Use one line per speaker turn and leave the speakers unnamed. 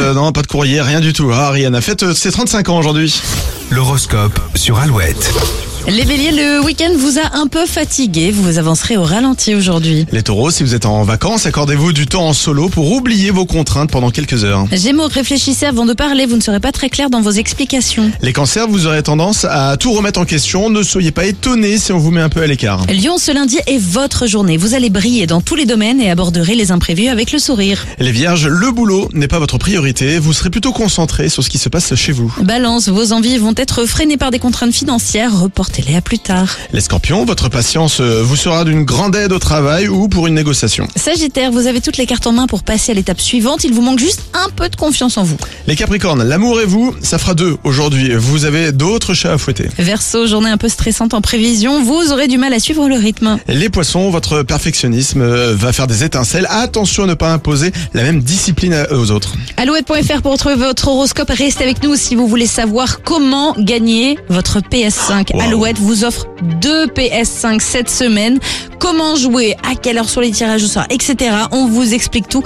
Euh, non, pas de courrier, rien du tout. Ah, Ariane a fait euh, ses 35 ans aujourd'hui.
L'horoscope sur Alouette.
Les béliers, le week-end vous a un peu fatigué, vous vous avancerez au ralenti aujourd'hui.
Les taureaux, si vous êtes en vacances, accordez-vous du temps en solo pour oublier vos contraintes pendant quelques heures.
Gémeaux, réfléchissez avant de parler, vous ne serez pas très clair dans vos explications.
Les cancers, vous aurez tendance à tout remettre en question. Ne soyez pas étonnés si on vous met un peu à l'écart.
Lyon, ce lundi est votre journée, vous allez briller dans tous les domaines et aborderez les imprévus avec le sourire.
Les vierges, le boulot n'est pas votre priorité. Vous serez plutôt concentré sur ce qui se passe chez vous.
Balance, vos envies vont être freinées par des contraintes financières, reportez-les à plus tard.
Les scorpions, votre patience euh, vous sera d'une grande aide au travail ou pour une négociation.
Sagittaire, vous avez toutes les cartes en main pour passer à l'étape suivante, il vous manque juste un peu de confiance en vous.
Les capricornes, l'amour et vous, ça fera deux aujourd'hui. Vous avez d'autres chats à fouetter.
Verseau, journée un peu stressante en prévision, vous aurez du mal à suivre le rythme.
Les poissons, votre perfectionnisme euh, va faire des étincelles. Attention à ne pas imposer la même discipline à- aux autres.
Alouette.fr pour retrouver votre horoscope. Restez avec nous si vous voulez savoir comment gagner votre PS5.
Wow.
Alouette vous offre deux PS5 cette semaine. Comment jouer, à quelle heure sur les tirages au sort, etc. On vous explique tout.